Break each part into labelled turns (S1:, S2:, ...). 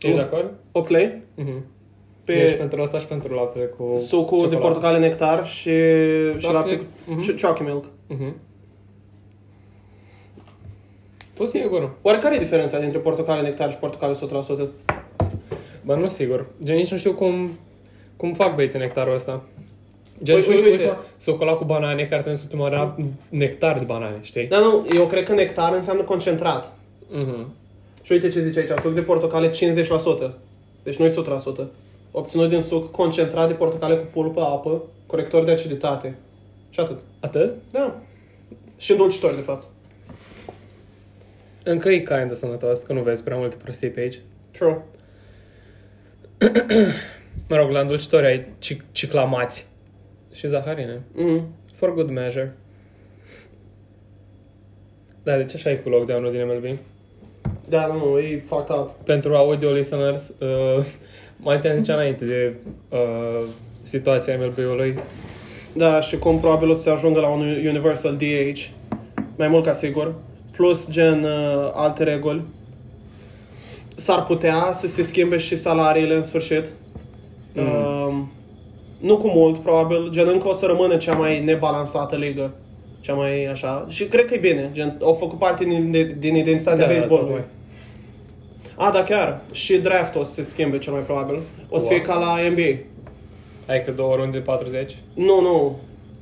S1: Ești de acord?
S2: O play
S1: Mhm.
S2: pe
S1: Ești pentru asta și pentru laptele cu
S2: sucul de portocale nectar și, și lapte
S1: Lapte,
S2: cu
S1: mhm.
S2: mm chalky milk.
S1: Mhm. Tu sigur?
S2: Oare care e diferența dintre portocale nectar și portocale 100%?
S1: Bă, nu sigur. Gen, nici nu știu cum, cum fac băieții nectarul ăsta. Gen,
S2: Păi,
S1: uite,
S2: uite,
S1: uite,
S2: uite.
S1: uite, s-o cola cu banane, care trebuie să te măra nectar de banane, știi?
S2: Dar Da, nu, eu cred că nectar înseamnă concentrat.
S1: Mhm.
S2: Și uite ce zice aici, suc de portocale 50%. Deci nu 100%. Obținut din suc concentrat de portocale cu pulpă, apă, corector de aciditate. Și atât.
S1: Atât?
S2: Da. Și îndulcitor, de fapt.
S1: Încă e kind de sănătos, că nu vezi prea multe prostii pe aici.
S2: True.
S1: Mă rog, la îndulcitori ai cic- ciclamați și zaharine.
S2: Mm.
S1: For good measure. Da, deci așa e cu lockdown-ul din MLB.
S2: Da, nu, e fucked up.
S1: Pentru audio listeners, uh, mai te-am zicea înainte de uh, situația MLB-ului.
S2: Da, și cum probabil o să se ajungă la un Universal DH. Mai mult ca sigur. Plus gen uh, alte reguli. S-ar putea să se schimbe și salariile în sfârșit. Mm. Uh, nu cu mult, probabil. Gen încă o să rămână cea mai nebalansată ligă. Cea mai așa. Și cred că e bine. Gen, au făcut parte din, din identitatea da, baseballului.
S1: tocmai.
S2: A, da, chiar. Și draftul o să se schimbe cel mai probabil. O să
S1: Wow.
S2: fie ca la NBA.
S1: Ai că două runde 40?
S2: Nu, nu.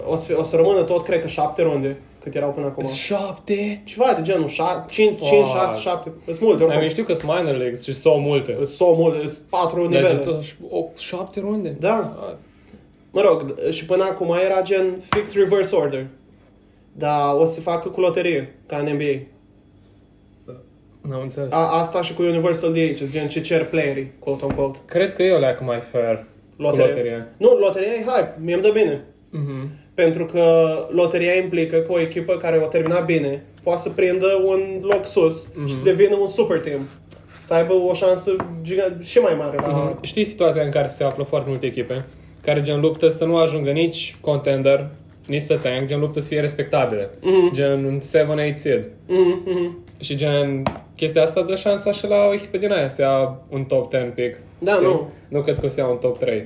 S2: O să, fie- o să rămână tot, cred că, șapte runde, cât erau până acum.
S1: Șapte?
S2: Ceva de genul, 5,
S1: Fuck.
S2: 6, 7. Sunt multe,
S1: Ai mai
S2: oricum.
S1: știu că sunt minor leagues și sau multe.
S2: Sunt so multe, sunt patru
S1: Dar
S2: nivele.
S1: totuși, o, șapte runde?
S2: Da.
S1: Ah,
S2: Mă rog, d- și până acum era gen fix reverse order. Dar o să se facă cu loterie, ca în NBA.
S1: N-am înțeles.
S2: A, asta și cu Universal DH, sunt gen ce cer playerii, quote unquote.
S1: Cred că eu leac mai fair
S2: Loterie.
S1: cu loteria.
S2: Nu, loteria e hype, mie îmi dă bine.
S1: Mhm.
S2: Pentru că loteria implică că o echipă care o termina bine poate să prindă un loc sus mm-hmm. și să devină un super team. Să aibă o șansă giga- și mai mare la...
S1: Mhm. Știi situația în care se află foarte multe echipe care gen luptă să nu ajungă nici contender, nici să tank, gen luptă să fie respectabile.
S2: Mhm.
S1: Gen un 7-8 seed.
S2: Mm-hmm. mm-hmm.
S1: Și gen chestia asta dă șansa și la o echipă din aia să ia un top 10 pick.
S2: Da,
S1: Știi?
S2: nu.
S1: Nu cred că o să ia un top 3.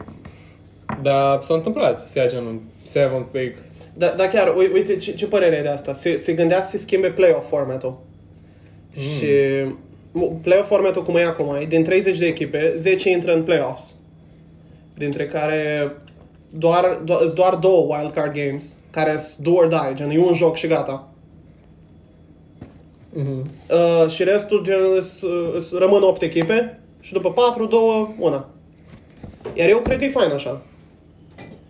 S1: Dar s-a întâmplat să ia gen un 7 pick.
S2: Dar da, chiar, ui- uite, ce, ce părere ai de asta? Se, se gândea să se schimbe playoff formatul. Mm. Și mu- playoff formatul cum e acum, e din 30 de echipe, 10 intră în playoffs. Dintre care doar, do- sunt doar două wildcard games care sunt do or die, gen e un joc și gata.
S1: Mhm.
S2: Uh, și restul gen, îs- îs- rămân 8 echipe și după 4, 2, 1. Iar eu cred că e fain așa.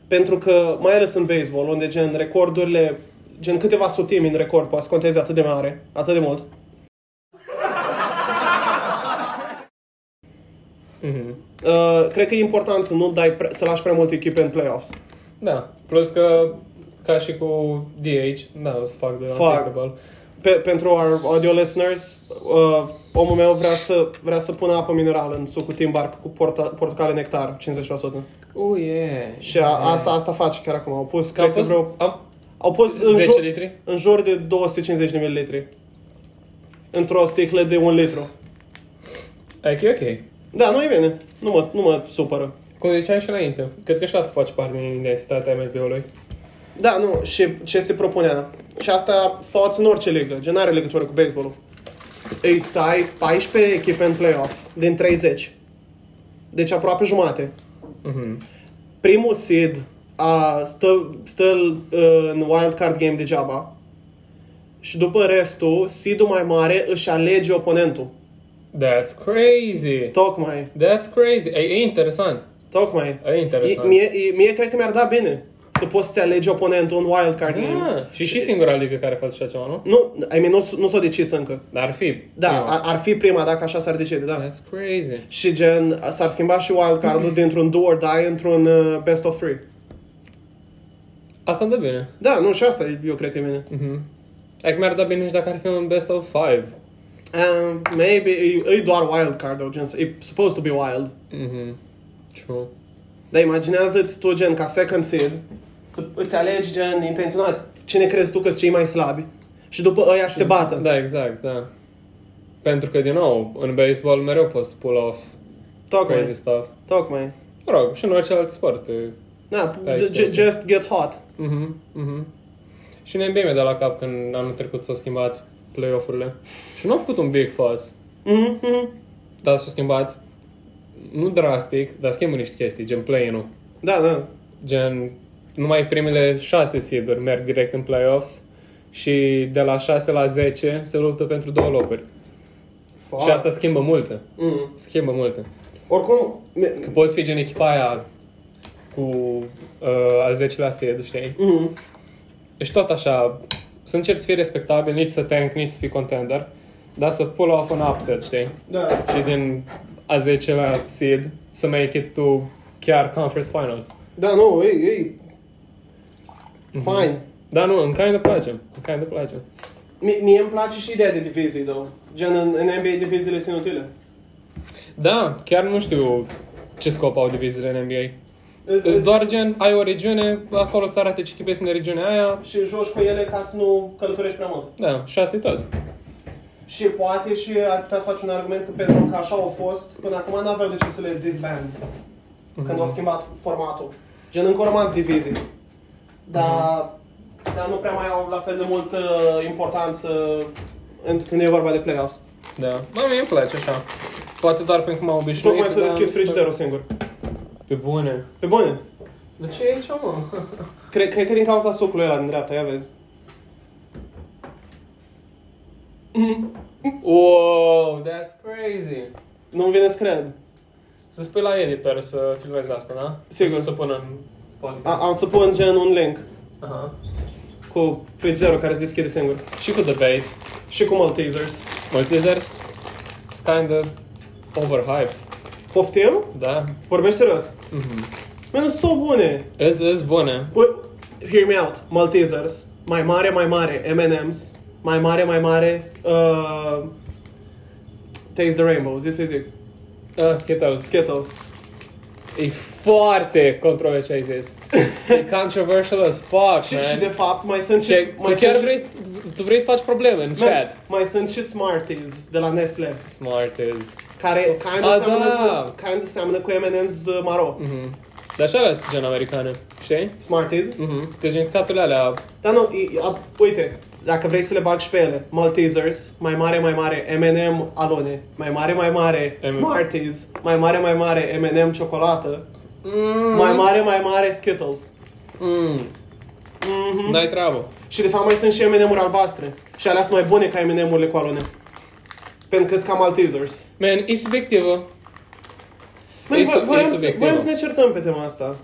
S2: Pentru că, mai ales în baseball, unde gen recordurile, gen câteva sutimi în record poate să conteze atât de mare, atât de mult.
S1: Mhm.
S2: Uh, cred că e important să nu dai, pre- să lași prea multe echipe în playoffs.
S1: Da, plus că ca și cu DH, da, o să fac de applicable.
S2: Pe, pentru our audio listeners, uh, omul meu vrea să, vrea să pună apă minerală în sucul timbar cu porta, portocale nectar, 50%.
S1: Oh, yeah.
S2: Și a, asta, asta face chiar acum. Au pus,
S1: Că am
S2: cred că
S1: fost,
S2: vreo
S1: am,
S2: Au pus în
S1: 10
S2: jur,
S1: litri?
S2: în jur de 250 de mililitri. Într-o sticlă de un litru.
S1: e ok, ok.
S2: Da, nu e bine. Nu mă, nu mă supără.
S1: Cum ziceam și înainte, cred că și asta face parte din identitatea MLB-ului.
S2: Da, nu. Și ce se propunea? da. Și asta faci în orice ligă. Gen are legătură cu baseballul. Ei să ai 14 echipe în playoffs din 30. Deci aproape jumate.
S1: Mhm.
S2: Primul seed a, stă, stă uh, în wildcard game degeaba. Și după restul, seedul mai mare își alege oponentul.
S1: That's crazy!
S2: Tocmai.
S1: That's crazy! E, e interesant!
S2: Tocmai.
S1: E
S2: E,
S1: interesant.
S2: mie, e, mie cred că mi-ar da bine să poți să-ți alegi oponentul în wildcard game.
S1: da, și și singura ligă care face așa ceva, nu?
S2: Nu, I mean, nu, s- nu s-o decis încă.
S1: Dar ar fi.
S2: Da,
S1: prima.
S2: a, ar fi prima dacă așa s-ar decide, da.
S1: That's crazy.
S2: Și gen, s-ar schimba și wildcard-ul dintr-un do or die într-un uh, best of three.
S1: Asta îmi dă bine.
S2: Da, nu, și asta e- eu cred că e bine.
S1: Mhm. Dacă mi-ar da bine și dacă ar fi un best of five.
S2: Uh, maybe, e, e doar wildcard-ul, gen, e supposed to be wild.
S1: Mhm. True.
S2: Dar imaginează-ți tu, gen, ca second seed, să îți alegi, gen, intenționat, cine crezi tu că sunt cei mai slabi. Și după ăia să te bată.
S1: Da, exact, da. Pentru că, din nou, în baseball mereu poți pull off crazy
S2: Tocmai,
S1: stuff.
S2: tocmai.
S1: Mă rog, și în orice alt sport. Pe...
S2: Da,
S1: Da,
S2: ju-
S1: este-
S2: just get hot.
S1: Mhm, mhm. Și în NBA mi-a dat la cap când anul trecut s-au schimbat play-off-urile. Și nu au făcut un big fuss,
S2: Mhm, mhm.
S1: dar s-au schimbat, nu drastic, dar schimbă niște chestii, gen play-in-ul.
S2: Da, da.
S1: Gen, numai primele șase seeduri merg direct în playoffs și de la 6 la 10 se luptă pentru două locuri.
S2: Fuck.
S1: Și asta schimbă multe.
S2: Mhm.
S1: Schimbă multe.
S2: Oricum, mi-
S1: Că poți fi gen echipa aia cu uh, al 10-lea seed, știi?
S2: mhm.
S1: Deci tot așa, să încerci să fii respectabil, nici să tank, nici să fii contender, dar să pull off un upset, știi?
S2: da.
S1: Și din a 10-lea seed să make it to chiar conference finals.
S2: Da, nu, ei, ei. Fine.
S1: Dar nu, în kind îmi place, în kind îmi place.
S2: Mie, mie îmi place și ideea de divizii, though. Gen, în, în NBA diviziile sunt inutile.
S1: Da, chiar nu știu ce scop au diviziile în NBA.
S2: Îți-
S1: Îți
S2: îți-
S1: doar gen, ai o regiune, acolo ți arată ce echipe sunt în regiunea aia.
S2: Și joci cu ele ca să nu călătorești prea mult.
S1: Da, și asta e tot.
S2: Și poate și ar putea să faci un argument că pentru că așa au fost, până acum n-aveau de ce să le disband. Când au schimbat formatul. Gen, încă au rămas divizii. Dar, dar nu prea mai au la fel de mult uh, importanță în, când e vorba de playoffs.
S1: Da, mă, mie îmi place așa. Poate doar pentru că m-am obișnuit.
S2: Tocmai s-a
S1: dar mi
S2: deschis
S1: se pare-
S2: frigiderul singur.
S1: Pe bune.
S2: Pe bune.
S1: De ce e aici, mă?
S2: Cred, cred că din cauza sucului ăla din dreapta, ia vezi. Mhm.
S1: wow, that's crazy.
S2: Nu-mi vine să cred.
S1: Să spui la editor să filmezi asta, da?
S2: Sigur.
S1: Să pună în podcast.
S2: A, am să pun gen un link
S1: Aha.
S2: cu frigiderul care se deschide singur.
S1: Și cu debate.
S2: Și cu Maltesers.
S1: Multizers, it's kind of overhyped.
S2: Poftim?
S1: Da.
S2: Vorbești serios?
S1: Mhm.
S2: Mă, nu sunt bune.
S1: Îs, îs bune.
S2: Bă, hear me out. Maltesers. Mai mare, mai mare. M&M's. Mai mare, mai mare. Uh, Taste the Rainbow. Zi să zic.
S1: Da, Skittles.
S2: Skittles.
S1: E foarte controversial, ai zis. E controversial as fuck,
S2: Și,
S1: man.
S2: și de fapt mai sunt și...
S1: Ce,
S2: mai
S1: tu chiar
S2: sunt
S1: vrei,
S2: și,
S1: tu vrei să faci probleme în
S2: Man,
S1: chat.
S2: mai sunt și Smarties de la Nestle.
S1: Smart is.
S2: Care kind
S1: A,
S2: of seamănă,
S1: Oh. da.
S2: cu, kind of seamănă cu M&M's uh, maro.
S1: Mhm. Dar așa arăți gen americană, știi?
S2: Smarties.
S1: Mhm. Că gen capele alea,
S2: Dar nu, e, e, a, uite, dacă vrei să le bag și pe ele, Maltesers, mai mare, mai mare, M&M alone, mai mare, mai mare,
S1: M&M.
S2: Smarties, mai mare, mai mare, M&M ciocolată,
S1: mm,
S2: mai mare, mai mare, Skittles.
S1: mm,
S2: Mhm.
S1: n-ai treabă.
S2: Și de fapt mai sunt și M&M-uri albastre. Și alea sunt mai bune ca M&M-urile cu alone. Pentru că sunt ca Maltesers.
S1: Man, e subiectivă.
S2: Man,
S1: E
S2: voi-
S1: sub- e
S2: voiam să-
S1: subiectivă.
S2: voiam să ne certăm pe tema asta.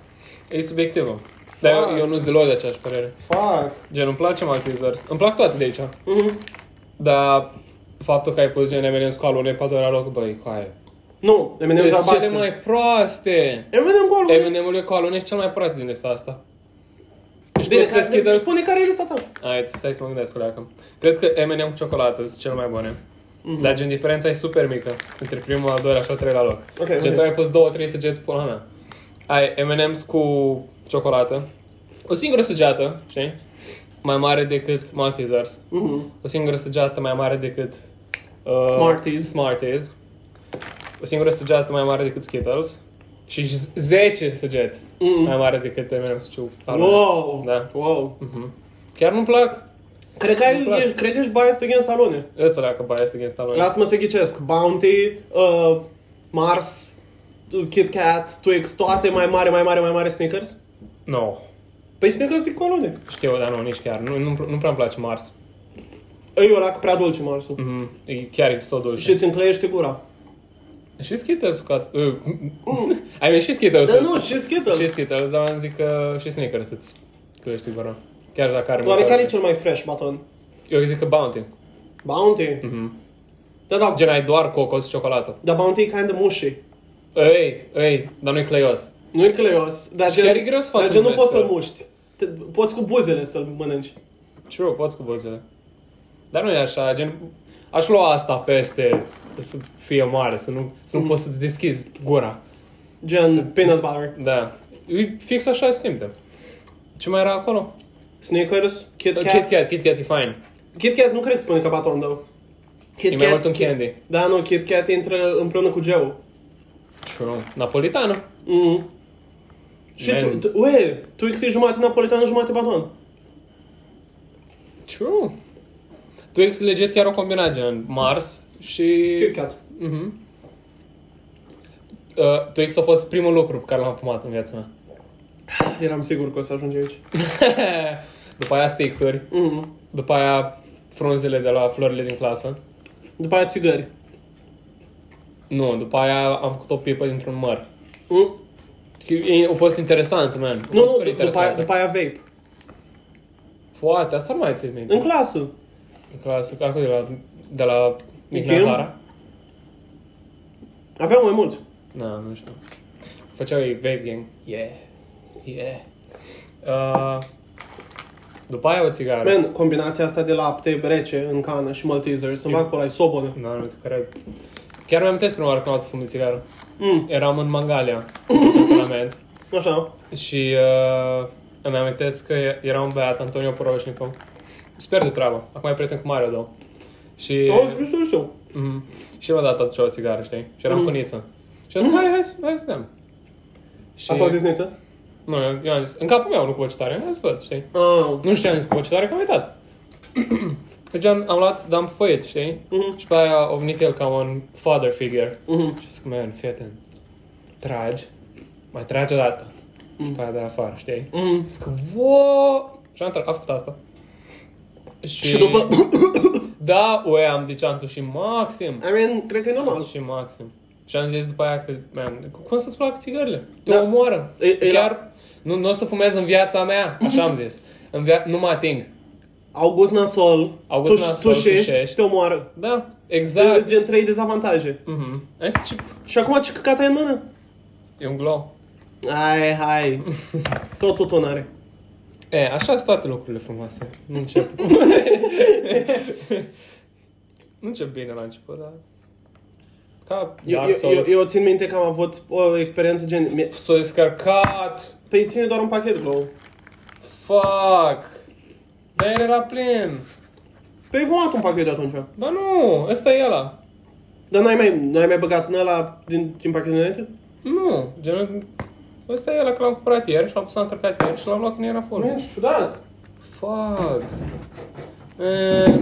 S1: E subiectivă. Dar eu,
S2: Fuck.
S1: eu nu sunt deloc de aceeași părere.
S2: Fuck.
S1: Gen, îmi place Maltesers. Îmi plac toate de aici.
S2: Mhm.
S1: Dar faptul că ai pus gen M&M's cu alune pe doar loc, băi, cu aia.
S2: Nu, M&M-uri
S1: Sunt Deci, cele
S2: albastre.
S1: mai proaste.
S2: M&M cu alune.
S1: Eminem-ul e cu alune și cel mai prost din lista asta. Deci
S2: Bine,
S1: Bine, pe
S2: care,
S1: Skittles...
S2: spune care e lista ta.
S1: Hai, stai să mă gândesc cu leacă. Cred că M&M cu ciocolată sunt cel mai bune.
S2: Mhm.
S1: Mm-hmm. Dar gen diferența e super mică Între primul, al doilea și al treilea loc
S2: Ok,
S1: Gen
S2: ok.
S1: tu ai pus două, trei săgeți pula mea Ai M&M's cu ciocolată O singură săgeată, știi? Mai mare decât Maltesers
S2: Mhm.
S1: O singură săgeată mai mare decât uh,
S2: Smarties.
S1: Smarties O singură săgeată mai mare decât Skittles Și z- 10 săgeți
S2: Mhm.
S1: mai mare decât M&M's cu alune.
S2: Wow!
S1: Da.
S2: Wow!
S1: Mhm. Chiar nu-mi plac
S2: Cred că,
S1: Îmi place.
S2: ai, e, cred că ești biased against alune.
S1: Ăsta leacă biased against alune
S2: Lasă-mă să ghicesc. Bounty, uh, Mars, Kit Kat, Twix, toate mai mare, mai mare, mai mare Snickers?
S1: No.
S2: Păi Snickers e cu alune.
S1: Știu, dar nu, nici chiar. Nu, nu, nu prea îmi place Mars.
S2: Ei, ăla că prea dulce Marsul.
S1: Mm, e chiar e tot dulce.
S2: Și
S1: Și,
S2: îți încleiește gura.
S1: și Skittles cu at- uh, Ai mers și Skittles.
S2: Oh. Dar nu, și Skittles.
S1: Și Skittles, dar am zic că și Snickers îți crește gura. Chiar dacă are
S2: Oare
S1: mâncare.
S2: care e cel mai fresh baton?
S1: Eu zic că Bounty.
S2: Bounty?
S1: Mhm.
S2: Da, da.
S1: Gen, ai doar cocos și ciocolată.
S2: Dar Bounty e kind of mushy.
S1: Ei, ei, dar nu-i cleios.
S2: Nu e cleios, dar
S1: Și
S2: gen,
S1: chiar e greu să faci
S2: dar gen
S1: un
S2: nu poți
S1: mesel.
S2: să-l muști. Te, poți cu buzele să-l mănânci.
S1: True, poți cu buzele. Dar nu e așa, gen... Aș lua asta peste să fie mare, să nu, să nu
S2: Mm.
S1: poți să-ți deschizi gura.
S2: Gen peanut butter.
S1: Da. E fix așa se simte. Ce mai era acolo?
S2: Snickers, Kit Kat.
S1: Kit Kat, Kit Cat e fine.
S2: Kit Kat nu cred că spune ca baton, though. Kit
S1: E mai mult un candy.
S2: Da, nu, Kit Kat intră împreună cu Joe.
S1: True. Napolitană.
S2: Mm. Și
S1: Man.
S2: tu, tu, ue, tu exi jumate napoletană, jumate baton.
S1: True. Tu ex legit chiar o combinat gen Mars și...
S2: Kit Kat.
S1: Mhm. Uh, tu ex a fost primul lucru pe care l-am fumat în viața mea.
S2: Da, Eram sigur că o să ajungi aici.
S1: după aia stixuri,
S2: Mm.
S1: după aia frunzele de la florile din clasă.
S2: După aia țigări.
S1: Nu, după aia am făcut o pipă dintr-un măr.
S2: Mm.
S1: E- A fost interesant, man. A fost
S2: Nu,
S1: super
S2: nu, du- după
S1: interesant.
S2: aia, după aia vape.
S1: Poate, asta nu mai ții minte.
S2: În clasă.
S1: În clasă, acolo de la, de la Mic
S2: Michiu?
S1: Nazara.
S2: Aveam mai mult.
S1: Na, Da, nu știu. Făceau ei vape gang. Yeah. Yeah. Uh, după aia o țigară.
S2: Man, combinația asta de lapte rece în cană și Malteser, să-mi
S1: Eu-
S2: bag pe ăla, e sobonă.
S1: Na, nu te cred. Chiar mi-am inteles prima oară când am dat fum de țigară.
S2: Mm.
S1: Eram în Mangalia, în parlament.
S2: Așa.
S1: Și uh, îmi amintesc că era un băiat, Antonio Poroșnicu. Sper de treabă. Acum e prieten cu Mario, două. Și...
S2: Auzi, nu știu, nu știu.
S1: Mhm. Și m-a dat atunci o țigară, știi? Și eram
S2: Mhm.
S1: cu niță. Și am zis, hai, hai, să- hai să dăm. Și...
S2: Asta au zis Niță?
S1: Nu, eu, eu am zis, în capul meu, nu cu voce tare, hai să văd, știi?
S2: Ah.
S1: Nu știam zis cu voce tare, că am uitat. Deci am, am luat, dar am făiet, știi?
S2: Mhm.
S1: Și pe aia a venit el ca un father figure.
S2: Mhm.
S1: Și zic, man, fii atent. Tragi, mai tragi o dată. Și pe aia de afară, știi?
S2: Mhm.
S1: Zic, wow! Și am tra- a făcut asta.
S2: Și după...
S1: Da, ue, am deci am și maxim.
S2: I mean, cred că e normal.
S1: Și maxim. Și am zis după aia că, man, cum să-ți placă țigările? Te
S2: Da.
S1: omoară.
S2: E- e la-
S1: Chiar, nu, nu o să fumez în viața mea, așa am zis. În via- nu mă ating.
S2: August nasol,
S1: August
S2: tu,
S1: nasol,
S2: tușești,
S1: tușești.
S2: te omoară.
S1: Da,
S2: Da.
S1: exact.
S2: gen trei dezavantaje.
S1: Mhm. Ai zis, ce...
S2: Și acum ce căcat ai în mână?
S1: E un glow.
S2: Hai, hai. Tot tuton are.
S1: E, așa sunt toate lucrurile frumoase. Nu încep. nu încep bine la început, dar... Ca
S2: Eu,
S1: Dark
S2: eu, eu,
S1: Souls.
S2: eu țin minte că am avut o experiență gen... mi-
S1: S-a descărcat.
S2: Păi ține doar un pachet glow.
S1: Fuck. Dar el era plin.
S2: Păi vom un pachet de atunci.
S1: Ba nu, ăsta e ăla.
S2: Dar n-ai mai, n-ai mai băgat în ăla din, din pachetul înainte?
S1: Nu, genul... Ăsta e ăla că l-am cumpărat ieri și l-am pus la încărcat ieri și l-am luat când era full.
S2: ești ciudat.
S1: Fuck. E...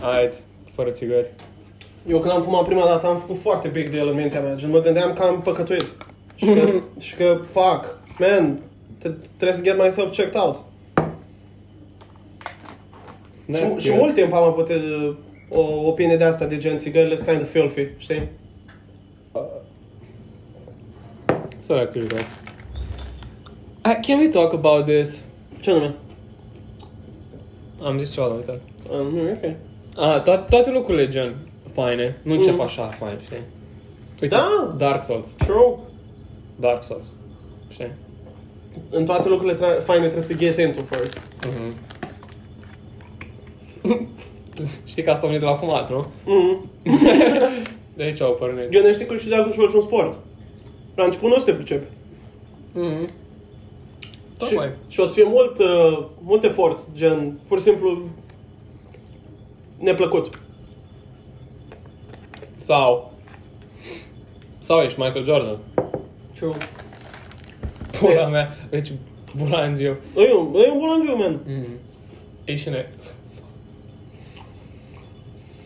S1: Hai, fără țigări.
S2: Eu când am fumat prima dată am făcut foarte big deal în mintea mea. Gen mă gândeam că am păcătuit. Și că, și că fuck, man, te- trebuie să get myself checked out.
S1: That's
S2: Și, și
S1: good.
S2: mult timp am avut uh, o opinie de asta de gen țigările sunt kind of filthy, știi?
S1: Săracă, you guys. Uh, can we talk about this?
S2: Ce nume?
S1: Am zis ceva, dar uitat.
S2: Uh, nu, e ok.
S1: Ah, toate, toate lucrurile gen faine. Nu încep
S2: Mhm.
S1: așa fain, știi? Uite,
S2: Da.
S1: Dark Souls.
S2: True.
S1: Dark Souls. Știi?
S2: În toate lucrurile tra- faine trebuie să get into first.
S1: Mhm. Știi că asta a venit de la fumat, nu?
S2: Mm.
S1: De aici au pornit.
S2: Gândește că și dacă joci un sport. La început nu o să te pricepi.
S1: Mhm.
S2: Și,
S1: Tocmai.
S2: și o să fie mult, uh, mult efort, gen, pur și simplu, neplăcut.
S1: Sau... Sau ești Michael Jordan.
S2: True.
S1: Pula mea. Deci, bulangiu.
S2: E un, e un bulangiu, man.
S1: Mhm. E și ne...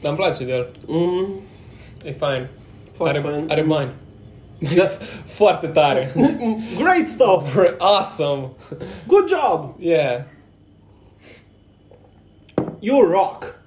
S1: Dar îmi place de el.
S2: Mm,
S1: E fain.
S2: Foarte
S1: are,
S2: fain.
S1: Are bani.
S2: Da.
S1: Foarte tare.
S2: Great stuff!
S1: Very awesome.
S2: Good job!
S1: Yeah.
S2: You rock!